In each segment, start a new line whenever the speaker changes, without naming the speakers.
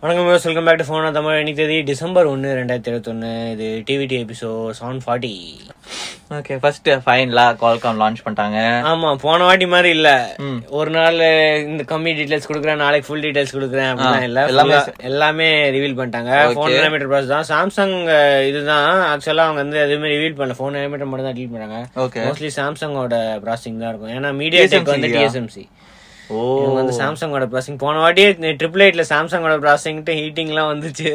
வணக்கம் யூஸ் welcome back to ஃபோனா தமிழ் இன்னைக்கு தேதி டிசம்பர் ஒன்று ரெண்டாயிரத்தி இருபத்தொன்று இது DVD episode seven forty
okay first ஃபைனலா கால்காம் லான்ச் பண்ணிட்டாங்க
ஆமாம் போன வாட்டி மாதிரி இல்லை
ம்.
ஒரு நாள் இந்த கம்மி டீட்டெயில்ஸ் கொடுக்குறேன் நாளைக்கு ஃபுல் டீட்டெயில்ஸ் கொடுக்குறேன் அப்படிலாம்
ஆ,
இல்லை
எல்லாமே-
எல்லாமே எல்லாமே ரிவீல் பண்ணிட்டாங்க
Okay.
ஃபோன் எலமீட்டர் ப்ளஸ் தான் சாம்சங் இதுதான் ஆக்சுவலாக அவங்க வந்து எதுவுமே ரிவீல் பண்ணல ஃபோன் எலமீட்டர் மட்டும் தான் டீல் பண்ணாங்க
ஓகே
மோஸ்ட்லி சாம்சங்கோட ப்ராசிங் தான் இருக்கும் ஏன்னா மீடியா டெக் வந்து டிஎஸ்எம்சி
ஓ
இவங்க வந்து சாம்சங்கோட ப்ராசிங் போன வாட்டியே ட்ரிபிள் எயிட்ல சாம்சங்கோட ப்ராசிங்ட்டு ஹீட்டிங்லாம் வந்துச்சு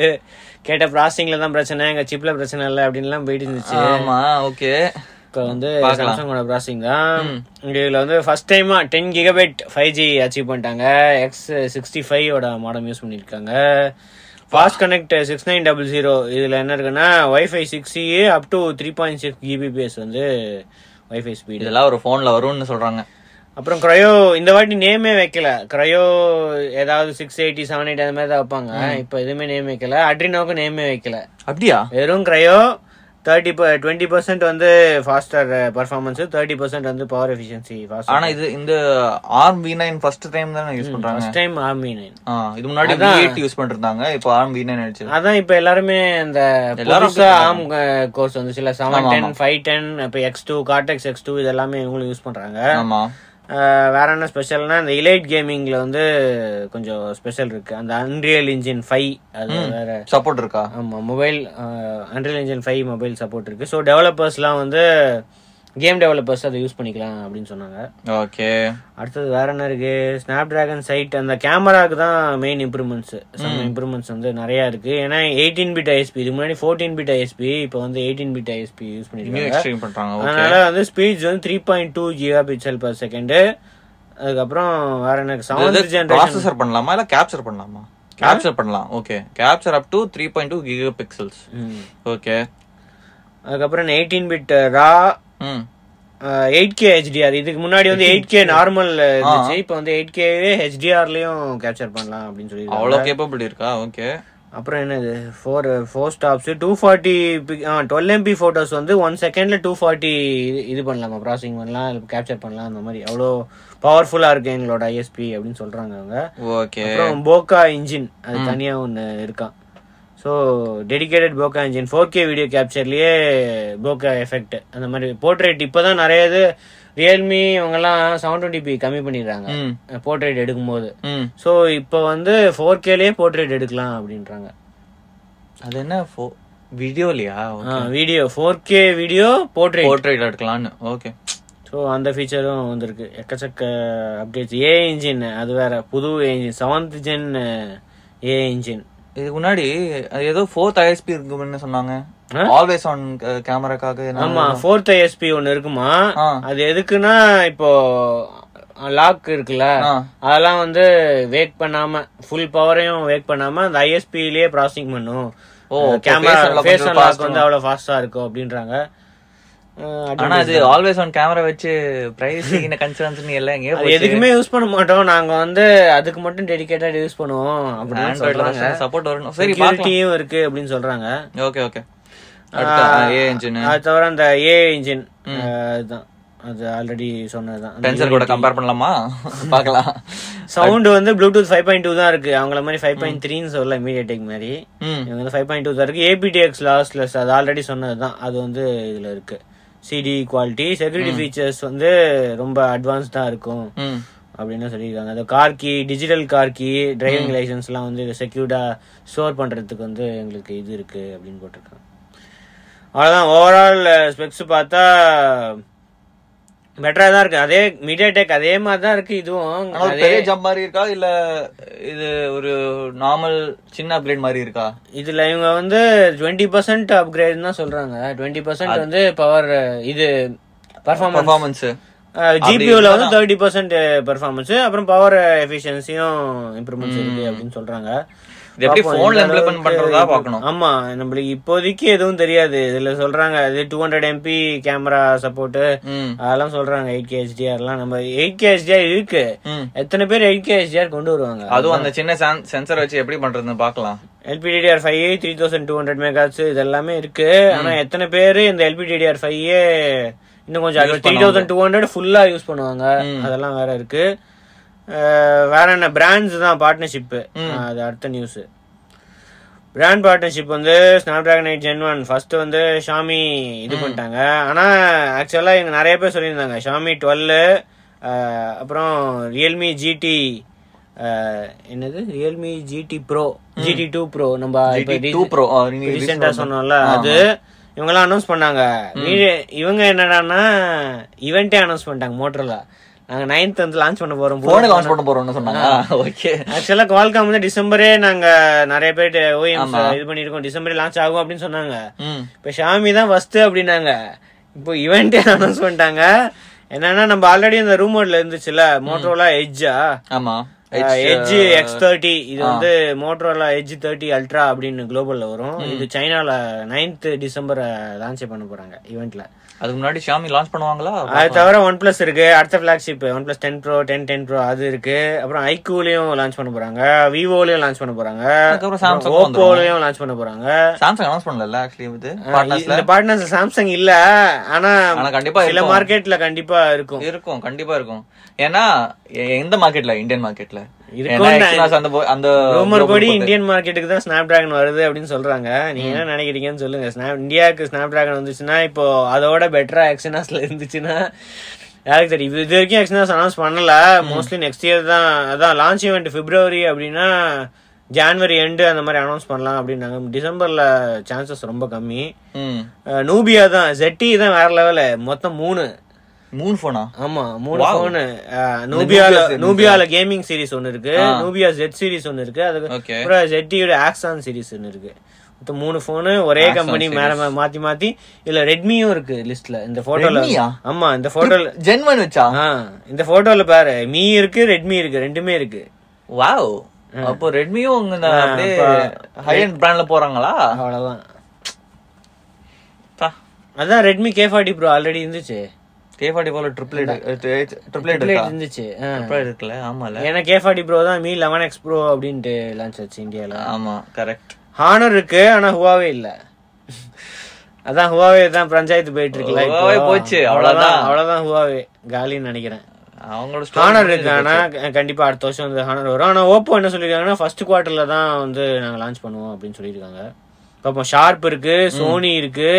கேட்ட ப்ராசிங்ல தான் பிரச்சனை எங்க சிப்ல பிரச்சனை இல்லை அப்படின்லாம் போயிட்டு இருந்துச்சு
ஆமா ஓகே
இப்போ வந்து சாம்சங்கோட ப்ராசிங் தான் இதில் வந்து ஃபர்ஸ்ட் டைமா ten gigabyte five G achieve பண்ணிட்டாங்க எக்ஸ் சிக்ஸ்டி ஃபைவோட மாடம் யூஸ் பண்ணியிருக்காங்க fast connect six nine double zero இதில் என்ன இருக்குன்னா wifi six up to three point six Gbps வந்து வைஃபை ஸ்பீடு
இதெல்லாம் ஒரு போன்ல வரும்னு சொல்றாங்க
அப்புறம் க்ரையோ இந்த வாட்டி நேமே வைக்கல க்ரையோ ஏதாவது சிக்ஸ் எயிட்டி செவன் எயிட்டி அந்த மாதிரி தான் வைப்பாங்க இப்போ எதுவுமே நேம் வைக்கல அட்ரினோக்கு நேமே வைக்கல
அப்படியா
வெறும் க்ரையோ தேர்ட்டி டுவெண்ட்டி பர்சன்ட் வந்து uh, faster performance thirty percent வந்து பவர் எஃபிஷியன்சி
ஆனா இது இந்த ARM v nine first time தானே யூஸ் பண்றாங்க
ஃபர்ஸ்ட் டைம் ஆர்மி நைன்
ஆ, இது முன்னாடி
அதான்.
எயிட் யூஸ் பண்ணிட்டு இருந்தாங்க இப்போ ஆர்ம் வி நைன் அடிச்சு
அதான் இப்போ எல்லாருமே அந்த
எல்லாரும்
புதுசா ஆம் கோர்ஸ் வந்து சில செவன்
ஆமா,
டென் ஃபைவு டென் இப்போ X two Cortex X two இது எல்லாமே இவங்களும் யூஸ் பண்றாங்க
ஆமா
அஹ் வேற என்ன ஸ்பெஷல்னா இந்த இலைட் கேமிங்ல வந்து கொஞ்சம் ஸ்பெஷல் இருக்கு அந்த அன்ரியல் இன்ஜின் ஃபைவ் அது வேற
சப்போர்ட் இருக்கா
ஆமா mobile Unreal Engine five mobile support இருக்கு ஸோ டெவலப்பர்ஸ்லாம் வந்து கேம் டெவலப்பர்ஸ் அதை யூஸ் பண்ணிக்கலாம் அப்படின்னு சொன்னாங்க
ஓகே
அடுத்தது வேற என்ன இருக்கு ஸ்னாப் டிராகன் சைட் அந்த கேமராக்கு தான் மெயின் இம்ப்ரூவ்மெண்ட்ஸ் சம் இம்ப்ரூவ்மெண்ட்ஸ் வந்து நிறைய இருக்கு ஏன்னா எயிட்டீன் பிட் ஐஎஸ்பி இதுக்கு முன்னாடி ஃபோர்டீன் பிட் ஐஎஸ்பி இப்போ வந்து eighteen bit ISP use
new
பண்ணிருக்காங்க
எக்ஸ்ட்ரீம் பண்றாங்க ஓகே
அதனால வந்து ஸ்பீட் வந்து three point two gigapixel per second அதுக்கப்புறம் வேற எனக்கு செவன்த் ஜென்ரேஷன்
ப்ராசஸர் பண்ணலாமா இல்ல கேப்சர் பண்ணலாமா கேப்சர் பண்ணலாம் okay capture up to three point two gigapixels okay
அதுக்கப்புறம் எயிட்டீன் பிட் ரா
ம்
எயிட் கே ஹெச்டிஆர் இதுக்கு முன்னாடி வந்து எயிட் கே நார்மல் இருந்துச்சு இப்போ வந்து எயிட் கேவே ஹெச்டிஆர்லயும் கேப்சர் பண்ணலாம் அப்படின்னு சொல்லி
அவ்வளோ கேப்பபிலிட்டி இருக்கா ஓகே
அப்புறம் என்னது four four stops two forty twelve MP photos வந்து ஒன் செகண்ட்ல டூ ஃபார்ட்டி இது பண்ணலாமா ப்ராசஸிங் பண்ணலாம் கேப்சர் பண்ணலாம் அந்த மாதிரி அவ்வளோ பவர்ஃபுல்லா இருக்கு எங்களோட ஐஎஸ்பி அப்படின்னு சொல்றாங்க அவங்க
ஓகே
அப்புறம் போக்கா இன்ஜின் அது தனியா ஒன்று இருக்கான் so dedicated bokeh engine four K video கேப்சர்லயே போக்கா எஃபெக்ட் அந்த மாதிரி போர்ட்ரேட் இப்போதான் நிறைய இது ரியல்மி இவங்கெல்லாம் செவன் டுவெண்ட்டி பி கம்மி பண்ணிடுறாங்க
ம்
போர்ட்ரேட் எடுக்கும்போது
ம்
ஸோ இப்போ வந்து ஃபோர் கேலயே போர்ட்ரேட் எடுக்கலாம் அப்படின்றாங்க
அது என்ன ஃபோ வீடியோலையா
video four K video portrait
portrait எடுக்கலாம்னு ஓகே
ஸோ அந்த ஃபீச்சரும் வந்திருக்கு எக்கச்சக்க அப்டேட்ஸ் ஏ இன்ஜின் அது வேற புது AI engine seventh gen AI engine
இதுக்கு முன்னாடி அது ஏதோ ஃபோர்த் ஐஎஸ்பி இருக்குன்னு சொன்னாங்க
ஆ?
ஆல்வேஸ் ஆன் கேமராக்காக
ஆமா ஃபோர்த் ஐஎஸ்பி ஒன்னு இருக்குமா
ஆ.
அது எதுக்குன்னா இப்போ லாக் இருக்குல்ல
ஆ.
அதெல்லாம் வந்து வேக் பண்ணாம ஃபுல் பவரையும் வேக் பண்ணாம அந்த ஐஎஸ்பிலயே ப்ராசஸிங் பண்ணும்
ஓ, இப்போ
கேமரா
face unlock
ஃபேஸ்
கொஞ்சம்
லாக்
fast-ஆ
வந்து அவ்வளவு ஃபாஸ்டா இருக்கும் அப்படின்றாங்க அஹ் அது-
ஆனா இது ஆல்வேஸ் ஆன் கேமரா வச்சு பிரைவசி கன்சர்ன்ஸ் எல்லாம் எங்கேயோ
அது எதுக்குமே யூஸ் பண்ண மாட்டோம் நாங்க வந்து அதுக்கு மட்டும் டெடிகேட்டட் யூஸ் பண்ணுவோம் அப்படின்னு சொல்றாங்க
சப்போர்ட் வரணும் சரி பாக்கலாம்
செக்யூரிட்டியும் இருக்கு அப்படின்னு சொல்றாங்க
ஓகே ஓகே அடுத்த ஏ இன்ஜின்
அது தவிர அந்த ஏ இன்ஜின் இதுதான் அது ஆல்ரெடி சொன்னதுதான் அந்த
பென்சர் கூட கம்பேர் பண்ணலாமா பார்க்கலாம்
சவுண்ட் வந்து ப்ளூடூத் ஃபைவ் பாயிண்ட் டூ தான் இருக்கு அவங்கள மாதிரி ஃபைவ் பாயிண்ட் த்ரீன்னு சொல்லல மீடியா டெக் மாதிரி
ம்
இவங்க வந்து ஃபைவ் பாயிண்ட் டூ தான் இருக்கு ஏபிடிஎக்ஸ் லாஸ்லெஸ் அது ஆல்ரெடி சொன்னதுதான் அது வந்து இதுல இருக்கு சிடி குவாலிட்டி செக்யூரிட்டி ஃபீச்சர்ஸ் வந்து ரொம்ப அட்வான்ஸ்டா இருக்கும்
ம்
அப்படின்னு சொல்லியிருக்காங்க அந்த car key digital car key driving லைசன்ஸ்லாம் வந்து செக்யூர்டா ஸ்டோர் பண்றதுக்கு வந்து எங்களுக்கு இது இருக்கு அப்படின்னு போட்டிருக்காங்க அவ்வளோதான் ஓவரால் ஸ்பெக்ஸ் பார்த்தா பெட்டராக தான் இருக்கு அதே மீடியா டெக் அதே மாதிரி தான் இருக்கு இதுவும்
ஆனா ஒரு பெரிய ஜம்ப் மாதிரி இருக்கா இல்ல இது ஒரு நார்மல் சின்ன அப்கிரேட் மாதிரி இருக்கா
இதுல இவங்க வந்து டுவெண்ட்டி பர்சன்ட் அப்கிரேட் தான் சொல்றாங்க டுவெண்ட்டி பர்சன்ட் வந்து பவர் இது பர்ஃபார்மன்ஸ்
பர்ஃபார்மன்ஸ்
ஜிபியூல வந்து தேர்ட்டி பர்சன்ட் பெர்ஃபார்மன்ஸ் அப்புறம் பவர் எஃபிஷியன்சியும் இம்ப்ரூவ்மெண்ட்ஸ் இருக்கு அப்படின்னு சொல்றாங்க
இது எப்படி
பாப்போம்,
phoneல
எந்த அளவுக்கு
implement பண்றதா பார்க்கணும்.
ஆமா நம்மளுக்கு இப்போதைக்கு எதுவும் தெரியாது இதுல சொல்றாங்க இது two hundred MP camera support
ம்
அதெல்லாம் சொல்றாங்க எயிட் கே எல்லாம் நம்ம எயிட் கே இருக்கு
ம்
எத்தனை பேர் எயிட் கே கொண்டு வருவாங்க
அதுவும் அந்த சின்ன சென்சர் வச்சு எப்படி பண்றதுன்னு பார்க்கலாம்
LPDDR five three thousand two hundred megahertz இது எல்லாமே இருக்கு ஆனா எத்தனை பேர் இந்த எல்பிடிஆர் ஃபைவ் இன்னும் கொஞ்சம் த்ரீ தௌசண்ட் டூ ஹண்ட்ரட் ஃபுல்லா யூஸ் பண்ணுவாங்க அதெல்லாம் வேற இருக்கு அஹ் வேற என்ன பிராண்ட்ஸ் தான் பார்ட்னர்ஷிப் அது அடுத்த நியூஸ் பிராண்ட் பார்ட்னர்ஷிப் வந்து Snapdragon eight gen one first வந்து ஷாமி இது பண்ணிட்டாங்க ஆனா ஆக்சுவலா இங்க நிறைய பேர் சொல்லியிருந்தாங்க ஷாமி டுவெல் அப்புறம் ரியல்மி ஜிடி என்னது Realme GT bro GT two bro நம்ம இப்ப
GT2
recent-
Pro, ஆ, நீ
ரீசெண்டா
recent ஆ
சொன்னோம்ல அது இவங்கெல்லாம் அனௌன்ஸ் பண்ணாங்க மீ- இவங்க என்னடான்னா ஈவெண்ட்டே அனௌன்ஸ் பண்ணிட்டாங்க மோட்டர்ல நாங்க நைன்த் வந்து லான்ச் பண்ண போறோம்
போன லான்ச் பண்ண போறோம்னு சொன்னாங்க ஓகே
ஆக்சுவலா குவால்காம் வந்து டிசம்பரே நாங்க நிறைய பேர் ஓஎம்
ஆமா.
இது பண்ணிருக்கோம் டிசம்பரே லான்ச் ஆகும் அப்படின்னு சொன்னாங்க
ம்
இப்ப ஷாமி தான் ஃபர்ஸ்ட் அப்படின்னாங்க இப்போ ஈவெண்ட்டே அனௌன்ஸ் பண்ணிட்டாங்க என்னன்னா நம்ம ஆல்ரெடி இந்த ரூமர்ல இருந்துச்சுல மோட்டரோலா எட்ஜா
ஆமா
எட்ஜ் எக்ஸ் தேர்ட்டி இது வந்து மோட்டரோலா எட்ஜ் தேர்ட்டி அல்ட்ரா அப்படின்னு குளோபல்ல வரும் இது சைனால 9th டிசம்பர் லான்ச் பண்ண போறாங்க ஈவெண்ட்ல
அதுக்கு முன்னாடி ஷாமி லான்ச் பண்ணுவாங்களா
அது தவிர ஒன் பிளஸ் இருக்கு அடுத்த flagship OnePlus ten pro ten ten pro அது இருக்கு அப்புறம் ஐக்யூலையும் லான்ச் பண்ண போறாங்க விவோலையும் லான்ச் பண்ண போறாங்க
அதுக்கப்புறம் Samsung வந்துரும்.
ஓப்போலையும் லான்ச் பண்ண போறாங்க
சாம்சங் அனௌன்ஸ் பண்ணல ஆக்சுவலி இது
ஆ,
பார்ட்னர்ஸ்ல
இந்த பார்ட்னர்ஸ் சாம்சங் இல்ல ஆனா
ஆனா கண்டிப்பா
சில
இருக்கும்.
மார்க்கெட்ல கண்டிப்பா இருக்கும்
இருக்கும் கண்டிப்பா இருக்கும் ஏன்னா எ- எந்த மார்க்கெட்ல இந்தியன் மார்க்கெட்ல
இருக்கும்
அந்த bo- அந்த
ரூமர்
global
படி
market.
இந்தியன் மார்க்கெட்டுக்கு தான் ஸ்னாப் டிராகன் வருது அப்படின்னு சொல்றாங்க நீங்க என்ன நினைக்கிறீங்கன்னு சொல்லுங்க ஸ்னாப் இந்தியாவுக்கு ஸ்னாப் டிராகன் வந்துச்சுன்னா இப்போ அதோட பெட்டரா எக்ஸனாஸ்ல இருந்துச்சுன்னா யாருக்கு தெரியும் இது- இது வரைக்கும் எக்ஸனாஸ் அனௌன்ஸ் பண்ணல மோஸ்ட்லி நெக்ஸ்ட் இயர் தான் அதான் லான்ச் ஈவெண்ட் பிப்ரவரி அப்படின்னா ஜான்வரி எண்டு அந்த மாதிரி அனௌன்ஸ் பண்ணலாம் அப்படின்னாங்க டிசம்பர்ல சான்சஸ் ரொம்ப கம்மி
ம்.
அஹ், நூபியா தான் ஜெட்டி தான் வேற லெவலு மொத்தம் மூணு
மூணு போனா
ஆமா மூணு போனு நூபியால நூபியால கேமிங் சீரிஸ் ஒன்னு இருக்கு நூபியா ஜெட் சீரிஸ் ஒன்னு இருக்கு அதுக்கு
ஓகே
அப்புறம் ஜெட்டியோட ஆக்சான் சீரிஸ் ஒன்னு இருக்கு மொத்தம் மூணு போனு ஒரே கம்பெனி மேல மா- மாத்தி மாத்தி இதுல ரெட்மியும் இருக்கு லிஸ்ட்ல இந்த போட்டோல
Redmi-யா?
ஆமா இந்த போட்டோல
ஜென்மன் வச்சா
ஆ இந்த போட்டோல பாரு மீ இருக்கு ரெட்மி இருக்கு ரெண்டுமே இருக்கு
வாவ் அப்போ ரெட்மியும் உங்க இந்த அப்படியே
அப்ப-
ஹை அண்ட் பிராண்ட்ல போறாங்களா
அவ்வளவுதான் அதான் Redmi K forty pro already இருந்துச்சு
கே ஃபார்ட்டி போல ட்ரிபிள் ட்ரிபிள் இருக்கா
இருந்துச்சு ஆ.
ட்ரிபிள் இருக்குல்ல ஆமால
ஏன்னா கே ஃபார்ட்டி ப்ரோ தான் மீ லெவன் எக்ஸ் ப்ரோ அப்படின்ட்டு லான்ச் ஆச்சு இந்தியால
ஆமா கரெக்ட்
ஹானர் இருக்கு ஆனா ஹுவாவே இல்ல அதான் ஹுவாவே தான் பஞ்சாயத்து போயிட்டு இருக்குல்ல இப்போ.
ஹுவாவே போச்சு, அவ்வளவுதான்.
அவ்வளவுதான் ஹுவாவே காலின்னு நினைக்கிறேன்
அவங்களோட
ஹானர்
ஸ்டோரி
இருக்கு ஆனா க- கண்டிப்பா அடுத்த வருஷம் வந்து ஹானர் வரும் ஆனா ஓப்போ என்ன சொல்லிருக்காங்கன்னா ஃபர்ஸ்ட் குவார்டர்ல தான் வந்து நாங்க லான்ச் பண்ணுவோம் அப்படின்னு சொல்லியிருக்காங்க பாப்போம் ஷார்ப் இருக்கு சோனி இருக்கு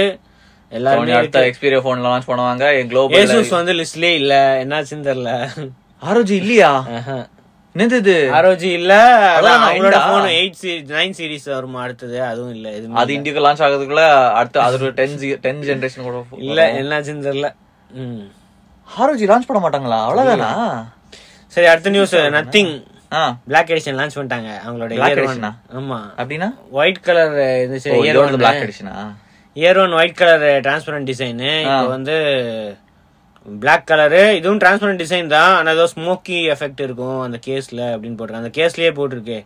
எல்லாருமே இருக்கு.
அடுத்த எக்ஸ்பீரியா போன் லான்ச் பண்ணுவாங்க குளோபல்
ஏசுஸ் வந்து லிஸ்ட்லயே இல்ல என்னாச்சுன்னு தெரியல
ஆரோஜி இல்லையா என்னது இது
ஆரோஜி இல்ல அதான்
அதான்
அவங்களோட
நைன்டா?
Phone eight series nine series வருமா அடுத்தது அதுவும் இல்ல எதுவுமே
அது இந்தியாக்கு லான்ச் ஆகிறதுக்குள்ள அடுத்த அது ஒரு டென் டென் ஜென்ரேஷன் கூட போ-
இல்ல என்னாச்சுன்னு தெரியல ம்
ஆரோஜி லான்ச் பண்ண மாட்டாங்களா அவ்வளவுதானா
சரி அடுத்த நியூஸ் நத்திங்
ஆ
பிளாக் எடிஷன் லான்ச் பண்ணிட்டாங்க அவங்களோட
Black
Year One.
Edition-ஆ?
ஆமா
அப்படின்னா
ஒயிட் கலர் இருந்துச்சு இயர் ஒன்
பிளாக் அடிஷனா
year one white colour transparent design இப்போ வந்து பிளாக் கலரு இதுவும் டிரான்ஸ்பரண்ட் டிசைன் தான் ஆனா ஏதோ ஸ்மோக்கி எஃபெக்ட் இருக்கும் அந்த கேஸ்ல அப்படின்னு போட்டிருக்காங்க அந்த கேஸ்லயே போட்டிருக்கு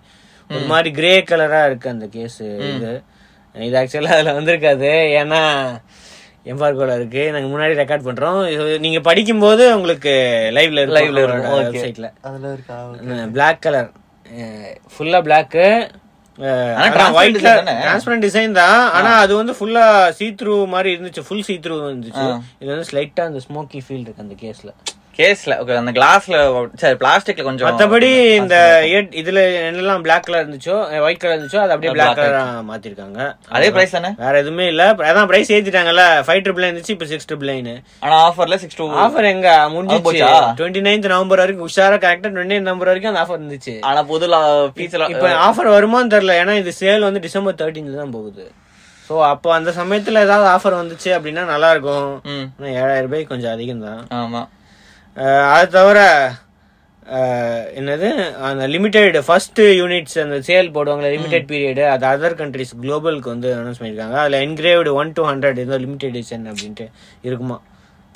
ஒரு மாதிரி கிரே கலரா இருக்கு அந்த கேஸ் இது இது ஆக்சுவலா அதுல வந்திருக்காது ஏன்னா எம்பார்கோல இருக்கு நாங்க முன்னாடி ரெக்கார்ட் பண்றோம் இது நீங்க படிக்கும்போது உங்களுக்கு லைவ்ல இருக்கு
Liveல இருக்கும், okay.
வெப்சைட்ல
அதுல இருக்கா
பிளாக் கலர் ஃபுல்லா பிளாக்
ஆனா transparent
ஒயிட்ல
design தானே?
டிரான்ஸ்பரண்ட் டிசைன் தான் ஆனா அது வந்து ஃபுல்லா சீத்ரூ மாதிரி இருந்துச்சு ஃபுல் சீத்ரூ இருந்துச்சு இது வந்து ஸ்லைட்டா அந்த ஸ்மோக்கி ஃபீல் இருக்கு அந்த கேஸ்ல
கேஸ்ல ஓகே அந்த கிளாஸ்ல சரி பிளாஸ்டிக்ல கொஞ்சம்
மத்தபடி இந்த எட்- இதுல என்னெல்லாம் பிளாக் கலர் இருந்துச்சோ ஒயிட் கலர் இருந்துச்சோ அது அப்படியே பிளாக் கலரா மாத்திருக்காங்க
அதே பிரைஸ் தானே
வேற எதுவுமே இல்ல அதான் பிரைஸ் ஏத்திட்டாங்கல்ல ஃபைவ் ட்ரிபிள் இருந்துச்சு இப்ப சிக்ஸ் ட்ரிபிள்
ஆனா ஆஃபர்ல சிக்ஸ் டூ
ஆஃபர் எங்க முடிஞ்சிச்சு
போச்சா?
டுவெண்ட்டி நைன்த் நவம்பர் வரைக்கும் உஷாரா கரெக்டா டுவெண்ட்டி நைன் நவம்பர் வரைக்கும் அந்த ஆஃபர் இருந்துச்சு
ஆனா புது பீஸ்ல
இப்போ ஆஃபர் வருமான்னு தெரியல ஏன்னா இது சேல் வந்து டிசம்பர் தேர்ட்டீன் தான் போகுது ஸோ அப்போ அந்த சமயத்தில் ஏதாவது ஆஃபர் வந்துச்சு அப்படின்னா நல்லா இருக்கும்
ம்
ஆனா, ஏழாயிரம் ரூபாய் கொஞ்சம் அதிகம் தான்
ஆமா
அது தவிர அஹ், என்னது அந்த லிமிடெட் ஃபர்ஸ்ட் யூனிட்ஸ் அந்த சேல் போடுவாங்களே லிமிடெட் பீரியடு அது அதர் கண்ட்ரிஸ் குளோபலுக்கு வந்து அனௌன்ஸ் பண்ணியிருக்காங்க அதில் என்கிரேவ்டு ஒன் டு ஹண்ட்ரட் ஏதோ லிமிடெட் எடிஷன் அப்படின்ட்டு இருக்குமா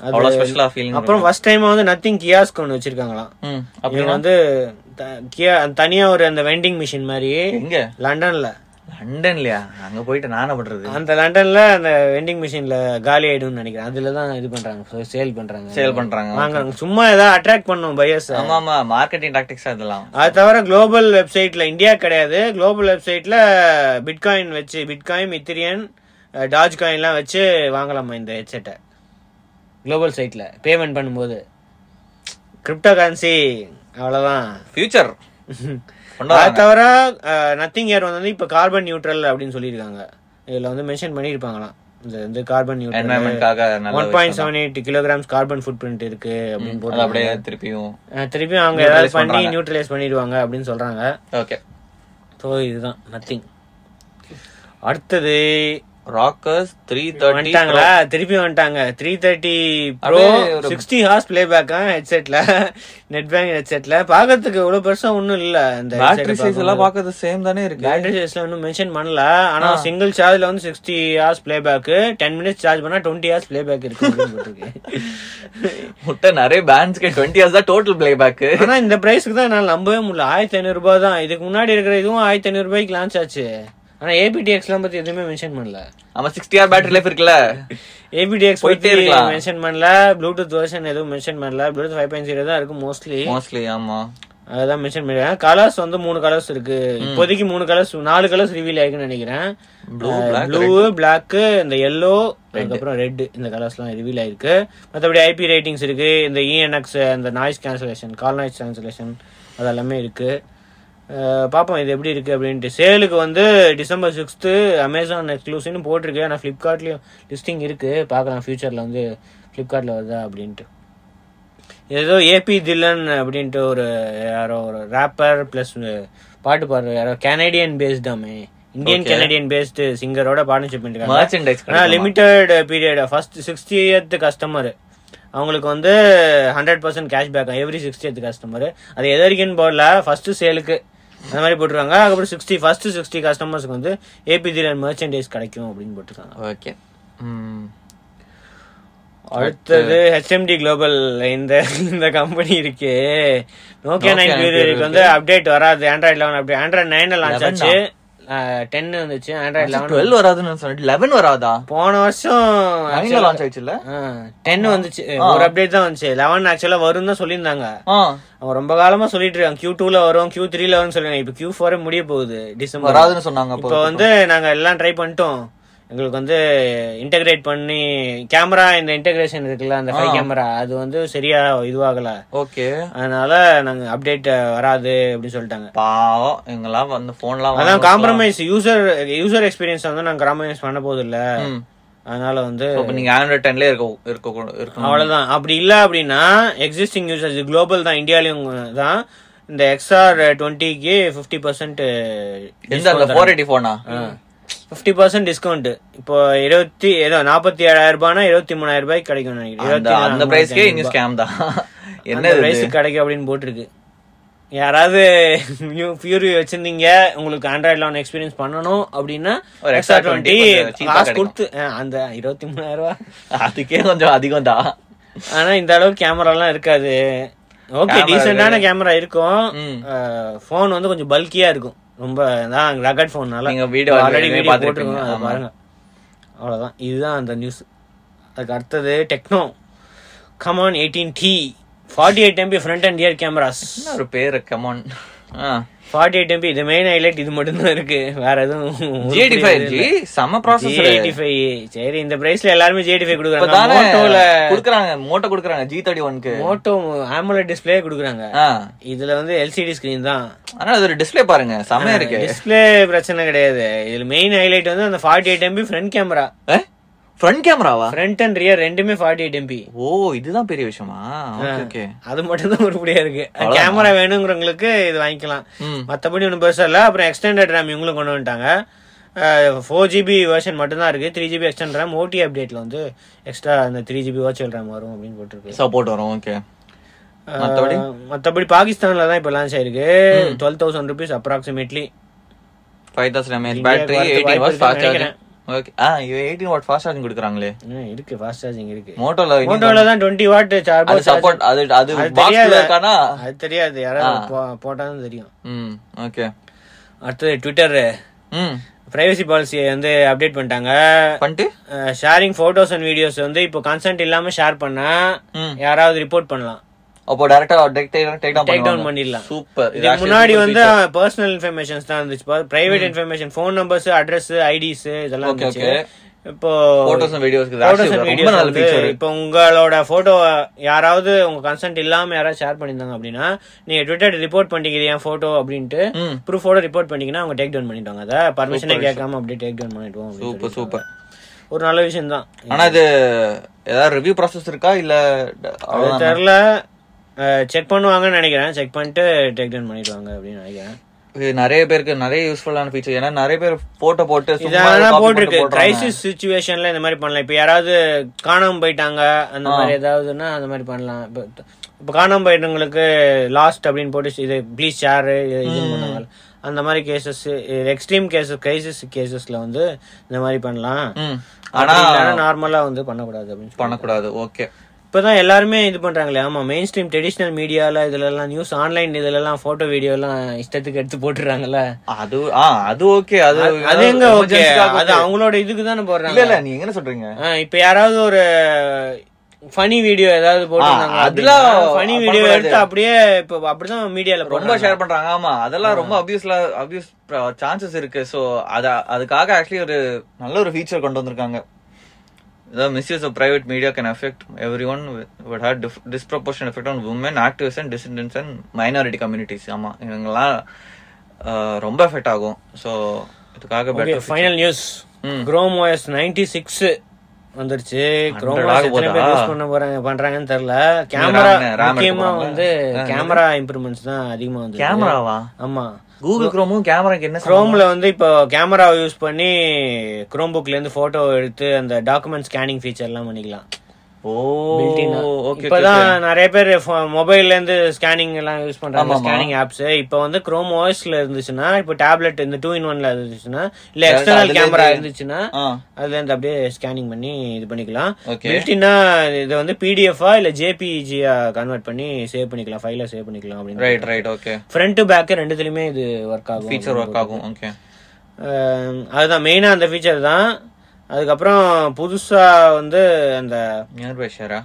அது
அவ்வளவு ஸ்பெஷலா ஃபீலிங்
அப்புறம் ஃபர்ஸ்ட் டைம் வந்து நத்திங் கியாஸ்க்கு ஒன்று வச்சிருக்காங்களாம்
ம்
இது
அப்படின்னா
வந்து த- கியா தனியா ஒரு அந்த வெண்டிங் மிஷின் மாதிரி
எங்க
லண்டன்ல
லண்டன்லயா அங்க போயிட்டு நானே பண்றது
அந்த லண்டன்ல அந்த வெண்டிங் மிஷின்ல காலி ஆயிடும்னு நினைக்கிறேன் அதுல தான் இது பண்றாங்க சேல் பண்றாங்க
சேல் பண்றாங்க
வாங்குறாங்க சும்மா ஏதாவது அட்ராக்ட் பண்ணும் பையர்ஸ்
ஆமா ஆமா மார்க்கெட்டிங் டாக்டிக்ஸ் அதெல்லாம்
அது தவிர குளோபல் வெப்சைட்ல இந்தியா கிடையாது குளோபல் வெப்சைட்ல பிட்காயின் வச்சு பிட்காயின் இத்திரியன் டாஜ் காயின்லாம் வச்சு வாங்கலாமா இந்த ஹெட்செட்டை குளோபல் சைட்ல பேமெண்ட் பண்ணும்போது கிரிப்டோ கரன்சி அவ்வளோதான்
ஃபியூச்சர்
அது
பண்ணாங்க
தவிர நத்திங் ஏர் வந்து இப்போ கார்பன் நியூட்ரல் அப்படின்னு சொல்லியிருக்காங்க இதில் வந்து மென்ஷன் பண்ணியிருப்பாங்களாம் இந்த வந்து கார்பன் நியூட்ரல்
என்வாயன்மெண்ட்காக நல்லா
one point seven eight kilograms carbon footprint இருக்கு அப்படின்னு
அது
போட்டு
அப்படியே திருப்பியும்
அஹ், திருப்பி அவங்க ஏதாவது பண்ணி நியூட்ரலைஸ் பண்ணிடுவாங்க அப்படின்னு சொல்றாங்க
ஓகே
ஸோ இதுதான் நத்திங் அடுத்தது
ராக்கர்ஸ் த்ரீ தேர்ட்டி
வந்துட்டாங்களா திருப்பி வந்துட்டாங்க த்ரீ தேர்ட்டி ப்ரோ
அப்படியே ஒரு-
சிக்ஸ்டி ஹார்ஸ் பிளே பேக்கா ஹெட்செட்ல நெட் பேங்க் ஹெட்செட்ல பாக்கிறதுக்கு இவ்வளவு பெருசா ஒண்ணும் இல்ல அந்த
பேட்டரி சைஸ் எல்லாம் பார்க்கறது சேம் தானே இருக்கு
பேட்டரி சைஸ்ல ஒன்றும் மென்ஷன் பண்ணல ஆனா சிங்கிள் சார்ஜ்ல வந்து sixty hours playback ten minutes charge பண்ணா டுவெண்ட்டி ஹார்ஸ் பிளே பேக் இருக்கு அப்படின்னு போட்டிருக்கு.
முட்டை நிறைய பேண்ட்ஸ்க்கு டுவெண்ட்டி ஹவர்ஸ் தான் டோட்டல் பிளே பேக்
ஆனா இந்த பிரைஸ்க்கு தான் என்னால நம்பவே முடியல ஆயிரத்தி ஐநூறு ரூபாய் தான் இதுக்கு முன்னாடி இருக்கிற இதுவும் ஆயிரத்தி ஐநூறு ரூபாய்க்கு லான்ச் ஆச்சு ஆனா ஏபிடிஎக்ஸ்லாம் பத்தி எதுவுமே மென்ஷன் பண்ணல
ஆமா சிக்ஸ்டி ஹவர் பேட்டரி லைஃப் இருக்குல்ல
ஏபிடிஎக்ஸ்
போயிட்டே
போயிட்டே
இருக்கலாம்.
மென்ஷன் பண்ணல ப்ளூடூத் வெர்ஷன் எதுவும் மென்ஷன் பண்ணல ப்ளூடூத் ஃபைவ் பாயிண்ட் ஜீரோ தான் இருக்கும் மோஸ்ட்லி
மோஸ்ட்லி ஆமா
அதான் மென்ஷன் பண்ணிருக்காங்க கலர்ஸ் வந்து மூணு கலர்ஸ் இருக்கு இப்போதைக்கு மூணு கலர்ஸ் நாலு கலர்ஸ் ரிவீல் ஆயிருக்குன்னு நினைக்கிறேன்
Blue, black,
ப்ளூ பிளாக் இந்த எல்லோ அதுக்கப்புறம் ரெட் இந்த கலர்ஸ்லாம் ரிவீல் ஆயிருக்கு மற்றபடி ஐபி ரேட்டிங்ஸ் இருக்கு இந்த இஎன்எக்ஸ் அந்த noise cancellation call noise cancellation அதெல்லாமே இருக்கு அஹ் பார்ப்போம் இது எப்படி இருக்கு அப்படின்ட்டு சேலுக்கு வந்து டிசம்பர் சிக்ஸ்த்து அமேசான் எக்ஸ்க்ளூசிவ்னு போட்டிருக்கு ஆனால் ஃப்ளிப்கார்ட்லேயும் லிஸ்டிங் இருக்கு பார்க்கலாம் ஃபியூச்சரில் வந்து ஃப்ளிப்கார்ட்டில் வருதா அப்படின்ட்டு ஏதோ ஏபி தில்லன் அப்படின்ட்டு ஒரு யாரோ ஒரு ரேப்பர் ப்ளஸ் பாட்டு பாடுற யாரோ கனடியன் பேஸ்டாமே இந்தியன் கனடியன் பேஸ்டு சிங்கரோட பார்ட்னர்ஷிப் பண்ணிருக்காங்க
மர்ச்சன்டைஸ்
ஆனால் limited period first sixtieth customer அவங்களுக்கு வந்து hundred percent cashback every sixtieth customer அது எது வரைக்கும் போடல ஃபர்ஸ்ட் சேலுக்கு அந்த மாதிரி போட்டிருக்காங்க அதுக்கப்புறம் சிக்ஸ்டி ஃபர்ஸ்ட் சிக்ஸ்டி கஸ்டமர்ஸ்க்கு வந்து ஏபி தில்லன் மர்ச்சன்டைஸ் கிடைக்கும் அப்படின்னு போட்டிருக்காங்க
ஓகே
அடுத்தது ஹெச்எம்டி குளோபல் இந்த இந்த கம்பெனி இருக்கு நோக்கியா நைன் பியூரிக்கு வந்து அப்டேட் வராது ஆண்ட்ராய்ட் லெவன் அப்டேட் ஆண்ட்ராய்ட் நைன்ல லான்ச் ஆச்சு டென் வந்துச்சு ஆண்ட்ராய்ட் லெவன்
டுவெல் வராதுன்னு சொன்னேன் லெவன் வராதா
போன வருஷம்
நைன்ல லான்ச் ஆயிடுச்சுல்ல
டென் வந்துச்சு ஒரு அப்டேட் தான் வந்துச்சு லெவன் ஆக்சுவலா வரும் தான் சொல்லியிருந்தாங்க
ஆ
அவன் ரொம்ப காலமா சொல்லிட்டு இருக்கான் கியூ டூல வரும் கியூ த்ரீல வரும்னு சொல்லிருக்காங்க இப்ப கியூ ஃபோரே முடிய போகுது டிசம்பர்
வராதுன்னு சொன்னாங்க அப்போ
இப்போ வந்து நாங்க எல்லாம் ட்ரை பண்ணிட்டோம் எங்களுக்கு வந்து இன்டகிரேட் பண்ணி கேமரா இந்த இன்டகிரேஷன் இருக்குல்ல அந்த ஃபைவ் கேமரா அது வந்து சரியா இதுவாகல
ஓகே
அதனால நாங்க அப்டேட் வராது அப்படின்னு சொல்லிட்டாங்க
பாவம் எங்கெல்லாம் வந்து போன்லாம்
அதான் காம்ப்ரமைஸ் யூசர் யூசர் எக்ஸ்பீரியன்ஸ் வந்து நாங்க காம்ப்ரமைஸ் பண்ண போது இல்ல
ம்.
அதனால வந்து
இப்போ நீங்க ஆண்ட்ராய்ட் டென்ல இருக்க இருக்க இருக்கணும்
அவ்வளவுதான் அப்படி இல்ல அப்படின்னா எக்ஸிஸ்டிங் யூசர்ஸ் குளோபல் தான் இந்தியாலயும் தான் இந்த எக்ஸ்ஆர் டுவெண்ட்டிக்கு ஃபிஃப்டி பர்சன்ட்
எந்த அந்த ஃபோர் எயிட்டி ஃபோனா
ஃபிஃப்டி பர்சன்ட் டிஸ்கவுண்ட் இப்போ இருபத்தி ஏதோ நாற்பத்தி ஏழாயிரம் ரூபாய்னா இருபத்தி மூணாயிரம் ரூபாய்க்கு கிடைக்கும் நினைக்கிறேன்
அந்த
இருபத்தி
அந்த பிரைஸ்க்கே இங்க ஸ்கேம் தான் என்ன இது
பிரைஸ் கிடைக்கும் அப்படின்னு போட்டிருக்கு யாராவது நியூ பியூரி வச்சிருந்தீங்க உங்களுக்கு ஆண்ட்ராய்ட் லோன் எக்ஸ்பீரியன்ஸ் பண்ணணும் அப்படின்னா
ஒரு
எக்ஸ்ஆர்
XR20
டுவெண்ட்டி
கொஞ்சம் cheap ஆ
காசு
கிடைக்கும்.
கொடுத்து அஹ், அந்த இருபத்தி மூணாயிரம் ரூபா
அதுக்கே கொஞ்சம் அதிகம் தான்
ஆனா இந்த அளவுக்கு camera எல்லாம் இருக்காது ஓகே
Camera
டீசெண்டான கேமரா இருக்கும்
ம்.
ஃபோன் வந்து கொஞ்சம் பல்கியா இருக்கும் ரொம்ப தான் ரகட் ஃபோன்னால
நீங்க video
ஆல்ரெடி
already
வீடியோ
பார்த்திருப்பீங்க.
போட்டிருக்கோம் அதை
ஆமா.
பாருங்க அவ்வளவுதான் இதுதான் அந்த நியூஸ் அதுக்கு அடுத்தது Tecno Camon eighteen T forty eight MP front and rear cameras
என்ன ஒரு பேரு கமான்
ஃபார்ட்டி எயிட் எம்பி இது மெயின் ஹைலைட் இது மட்டும்தான் இருக்கு வேற எதுவும்
ஜிடி ஃபைவ் ஜி செம ப்ராசஸர்
ஜிஎடி ஃபைவ் சரி இந்த பிரைஸ்ல எல்லாருமே ஜிஎடி ஃபைவ் கொடுக்குறாங்க
இப்பதானே
மோட்டோல
குடுக்குறாங்க மோட்டோ குடுக்குறாங்க ஜி தேர்ட்டி ஒன்க்கு
மோட்டோ ஆமலட் டிஸ்ப்ளே கொடுக்குறாங்க இதுல வந்து எல்சிடி ஸ்கிரீன் தான்
ஆனா அது ஒரு டிஸ்ப்ளே பாருங்க செமையா இருக்கு
டிஸ்ப்ளே பிரச்சனை கிடையாது இதுல மெயின் ஹைலைட் வந்து அந்த forty eight MP front camera
front கேமராவா
ஃப்ரண்ட் அண்ட் ரியர் ரெண்டுமே ஃபார்ட்டி எயிட் எம்பி
ஓ இதுதான் பெரிய விஷயமா ஓகே ஓகே
அது மட்டும் தான் உருப்படியா இருக்கு கேமரா வேணுங்கிறவங்களுக்கு இது வாங்கிக்கலாம்
ம்.
மத்தபடி ஒன்றும் பெருசா இல்ல அப்புறம் எக்ஸ்டெண்டட் ரேம் இவங்களும் கொண்டு வந்துட்டாங்க ஃபோர் ஜிபி வேர்ஷன் மட்டும்தான் இருக்கு த்ரீ ஜிபி எக்ஸ்டெண்ட் ரேம் ஓடி அப்டேட்ல வந்து எக்ஸ்ட்ரா அந்த த்ரீ ஜிபி வர்ச்சுவல் ரேம் வரும் அப்படின்னு போட்டிருக்கு
சப்போர்ட் வரும் ஓகே மத்தபடி?
மற்றபடி மற்றபடி பாகிஸ்தான்ல தான் இப்போ லான்ச் ஆயிருக்கு twelve thousand rupees approximately
five thousand mAh
இந்தியாவுக்கு வரது
பேட்டரி எயிட்டீன்
வாய்ப்பு
வாட்ஸ் ஃபாஸ்ட்
இருக்குன்னு
சார்ஜிங் ஓகே ஆ இது எயிட்டீன் வாட் ஃபாஸ்ட் சார்ஜிங் கொடுக்குறாங்களே
ஆ, இருக்கு ஃபாஸ்ட் சார்ஜிங் இருக்கு
மோட்டோல
மோட்டோல தான் டுவெண்ட்டி வாட் சார்ஜ்
அது சப்போர்ட் அது அது
அது
பாக்ஸ்ல
தெரியாது.
இருக்கானா
அது தெரியாது யாராவது போ- போட்டாதான் தெரியும்
ம் ஓகே
அடுத்தது ட்விட்டர்
ம்
பிரைவசி பாலிசியை வந்து அப்டேட் பண்ணிட்டாங்க
பண்ணிட்டு
ஷேரிங் போட்டோஸ் அண்ட் வீடியோஸ் வந்து இப்போ கன்சென்ட் இல்லாம ஷேர் பண்ணா
ம்
யாராவது ரிப்போர்ட் பண்ணலாம்
அப்போ டைரக்டா take take down
take down
பண்ணுவாங்க
பண்ணிடலாம்
சூப்பர்
இதுக்கு முன்னாடி வந்து பர்சனல் இன்ஃபர்மேஷன்ஸ் தான் இருந்துச்சு private information phone numbers address IDs இதெல்லாம்
ஓகே
இருந்துச்சு
ஓகே
இப்போ
போட்டோஸ் அண்ட் வீடியோஸ்க்கு
photos and
ரொம்ப
videos
நல்ல
வந்து
ஃபீச்சர்
இப்போ உங்களோட போட்டோ யாராவது உங்க கன்சென்ட் இல்லாம யாராவது ஷேர் பண்ணியிருந்தாங்க அப்படின்னா நீங்க ட்விட்டர் ரிப்போர்ட் பண்ணிக்கிறீங்க என் போட்டோ அப்படின்ட்டு
ம்
ப்ரூஃபோட ரிப்போர்ட் பண்ணிங்கன்னா அவங்க டேக் டவுன் பண்ணிட்டாங்க அதை பர்மிஷனே கேட்காம அப்படியே டேக் டவுன் பண்ணிடுவோம் அப்படின்னு
சூப்பர் சூப்பர்
சொல்லி. ஒரு நல்ல விஷயம் தான்
ஆனா இது ஏதாவது ரிவ்யூ ப்ராசஸ் இருக்கா இல்ல
அது
அவ்வளவுதான்
தெரில செக் பண்ணுவாங்கன்னு நினைக்கிறேன் செக் பண்ணிட்டு டேக் டவுன் பண்ணிடுவாங்க அப்படின்னு நினைக்கிறேன்
இது நிறைய பேருக்கு நிறைய யூஸ்ஃபுல்லான ஃபீச்சர் ஏன்னா நிறைய பேர் போட்டோ போட்டு சும்மா
இதெல்லாம்
copy
போட்டிருக்கு
மட்டும் போடுறாங்க.
கிரைசிஸ் சுச்சுவேஷன்ல இந்த மாதிரி பண்ணலாம் இப்போ யாராவது காணாம போயிட்டாங்க அந்த மாதிரி ஏதாவதுன்னா அந்த மாதிரி பண்ணலாம் இப்போ இப்போ காணாம போயிட்டவங்களுக்கு லாஸ்ட் அப்படின்னு போட்டு இது ப்ளீஸ் ஷேர் அந்த மாதிரி கேசஸ் எக்ஸ்ட்ரீம் கேசஸ் கிரைசிஸ் கேசஸ்ல வந்து இந்த மாதிரி பண்ணலாம்
ம்.
ஆனா
ஆனா
நார்மலா வந்து பண்ணக்கூடாது அப்படின்னு சொல்லி.
பண்ணக்கூடாது ஓகே
இப்பதான் எல்லாருமே இது பண்றாங்களே ஆமா மெயின் ஸ்ட்ரீம் ட்ரெடிஷனல் மீடியால இதுல எல்லாம் நியூஸ் ஆன்லைன் இதுல எல்லாம் போட்டோ வீடியோ எல்லாம் இஷ்டத்துக்கு எடுத்து போட்டுறாங்கல்ல
அது ஆ அது ஓகே அது
அது எங்க ஓகே
emergency-க்காக
அது அவங்களோட இதுக்கு தானே போடுறாங்க
இல்ல இல்ல நீங்க என்ன சொல்றீங்க
ஆ, இப்ப யாராவது ஒரு ஃபனி வீடியோ ஏதாவது போட்டிருந்தாங்க
ஆ, அதெல்லாம்
ஃபனி
பண்ண
வீடியோ
கூடாது.
எடுத்து அப்படியே இப்போ அப்படிதான் மீடியால
ரொம்ப ஷேர் பண்றாங்க ஆமா அதெல்லாம் ரொம்ப அபியூஸ்ல அபியூஸ் சான்சஸ் uh, இருக்கு சோ அத அதுக்காக ஆக்சுவலி ஒரு நல்ல ஒரு ஃபீச்சர் கொண்டு வந்திருக்காங்க அதாவது misuse of private media can affect everyone with hate disproportion effect on women actives and dissidents and minority communities ஆமா இவங்கெல்லாம் அஹ், ரொம்ப எஃபெக்ட் ஆகும் ஸோ இதுக்காக பெட்டர்
ஃபைனல் நியூஸ்
ம்.
குரோம் ஓஎஸ் நைன்டி சிக்ஸ் வந்துருச்சு குரோம்
ஆக
ஓஎஸ் எத்தனை பேர்
போதா?
யூஸ் பண்ண போறாங்க பண்றாங்கன்னு தெரியல கேமரா
RAM எடுக்க
முக்கியமா
போறாங்களா?
வந்து கேமரா இம்ப்ரூவ்மெண்ட்ஸ் தான் அதிகமா வந்து
கேமராவா
ஆமா
கூகுள் குரோமும் கேமராக்கு என்ன சம்பந்தம்?
குரோம்ல வந்து இப்போ கேமராவை யூஸ் பண்ணி குரோம் புக்ல இருந்து போட்டோ எடுத்து அந்த டாக்குமெண்ட் ஸ்கேனிங் ஃபீச்சர் எல்லாம் பண்ணிக்கலாம்
ஓ
built-in ஆ.
ஓகே
இப்பதான் நிறைய பேர் மொபைல்ல இருந்து ஸ்கேனிங் எல்லாம் யூஸ் பண்றாங்க ஸ்கேனிங் ஆப்ஸ் இப்போ வந்து குரோம் ஓஎஸ்ல இருந்துச்சுன்னா இப்போ டேப்லெட் இந்த டூ இன் ஒன்ல இருந்துச்சுன்னா இல்ல எக்ஸ்டர்னல்
அதுல
கேமரா
இருந்து-
இருந்துச்சுன்னா
ஆ
அதுல இருந்து அப்படியே ஸ்கேனிங் பண்ணி இது பண்ணிக்கலாம்
ஓகே
பில்டின்னா இதை வந்து பிடிஎஃபா இல்ல ஜேபிஜியா கன்வெர்ட் பண்ணி சேவ் பண்ணிக்கலாம் ஃபைல சேவ் பண்ணிக்கலாம் அப்படின்னு
right right okay
front to back ரெண்டுத்துலயுமே இது ஒர்க் ஆகும்
ஃபீச்சர் ஒர்க் ஆகும் ஓகே
அஹ் அதுதான் மெயினா அந்த ஃபீச்சர் தான் அதுக்கப்புறம் புதுசா வந்து அந்த
நியர் பை ஷேரா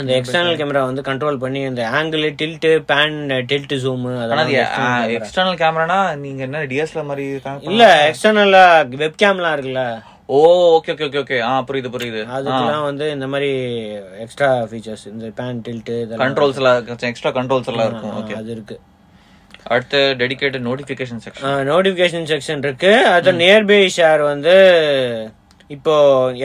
அந்த எக்ஸ்டர்னல் கேமரா வந்து கண்ட்ரோல் பண்ணி அந்த angle tilt pan tilt zoom அதெல்லாம்
ஆனால் எக்ஸ்டர்னல் கேமரானா நீங்க என்ன டிஎஸ்எல்ஆர் மாதிரி connect
இல்ல எக்ஸ்டர்னல்ல வெப் கேம்லாம் இருக்குல்ல
பண்ண- ஓ ஓகே ஓகே ஓகே ஓகே ஆ Ah, புரியுது புரியுது
அதுக்கெல்லாம் வந்து இந்த மாதிரி எக்ஸ்ட்ரா ஃபீச்சர்ஸ் இந்த பேன் டில்ட் இதெல்லாம்
கண்ட்ரோல்ஸ் எல்லாம் எக்ஸ்ட்ரா கண்ட்ரோல்ஸ் எல்லாம் இருக்கும்
ஆ,
ஓகே
அது இருக்கு
அடுத்து dedicated notification section
notification section இருக்கு அது நியர்பை ஷேர் வந்து இப்போ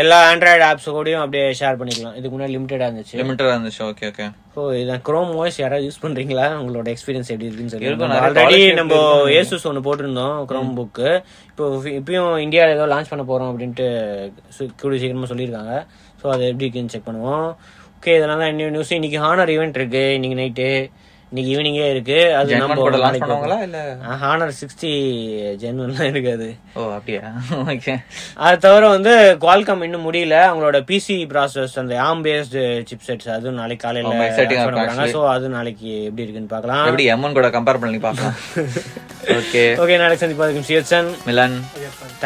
எல்லா ஆண்ட்ராய்டு ஆப்ஸ் கூடயும் அப்படியே ஷேர் பண்ணிக்கலாம் இதுக்கு முன்னாடி லிமிட்டடா இருந்துச்சு
லிமிட்டடா இருந்துச்சு ஓகே ஓகே
ஓ இதான் குரோம் ஓஎஸ் யாராவது யூஸ் பண்றீங்களா உங்களோட எக்ஸ்பீரியன்ஸ் எப்படி இருக்குன்னு
இருக்கும்,
சொல்லி
நிறைய
ஆல்ரெடி
policy
நம்ம ஏசுஸ் ஒன்று போட்டிருந்தோம் குரோம் புக்கு இப்போ ஃபி- இப்பயும் இந்தியாவில் ஏதோ லான்ச் பண்ண போறோம் அப்படின்ட்டு சு- கூடிய சீக்கிரமா சொல்லியிருக்காங்க ஸோ அது எப்படி இருக்குன்னு செக் பண்ணுவோம் ஓகே இதெல்லாம் தான் இன்னும் நியூஸ் இன்னைக்கு ஹானர் ஈவெண்ட் இருக்கு இன்னைக்கு நைட்டு இன்னைக்கு ஈவினிங்கே இருக்கு அது
ஜென்மன் கூட லான்ச் பண்ணுவாங்களா இல்ல
ஹானர் சிக்ஸ்டி ஜென்வன்லாம் இருக்காது
ஓ அப்படியா ஓகே
அது தவிர வந்து குவால்காம் இன்னும் முடியல அவங்களோட பிசி ப்ராசஸ் அந்த ஆம் பேஸ்டு சிப்செட்ஸ் அதுவும் நாளைக்கு காலையில
ஆமா, exciting ஆ
launch
இருக்கும்
பண்ண போறாங்க ஸோ அது நாளைக்கு எப்படி இருக்குன்னு பார்க்கலாம்
எப்படி எம்என் கூட கம்பேர் பண்ணி பார்க்கலாம் ஓகே
ஓகே நாளைக்கு சந்திப்பா இருக்கும் சிஎச்என்
மிலன்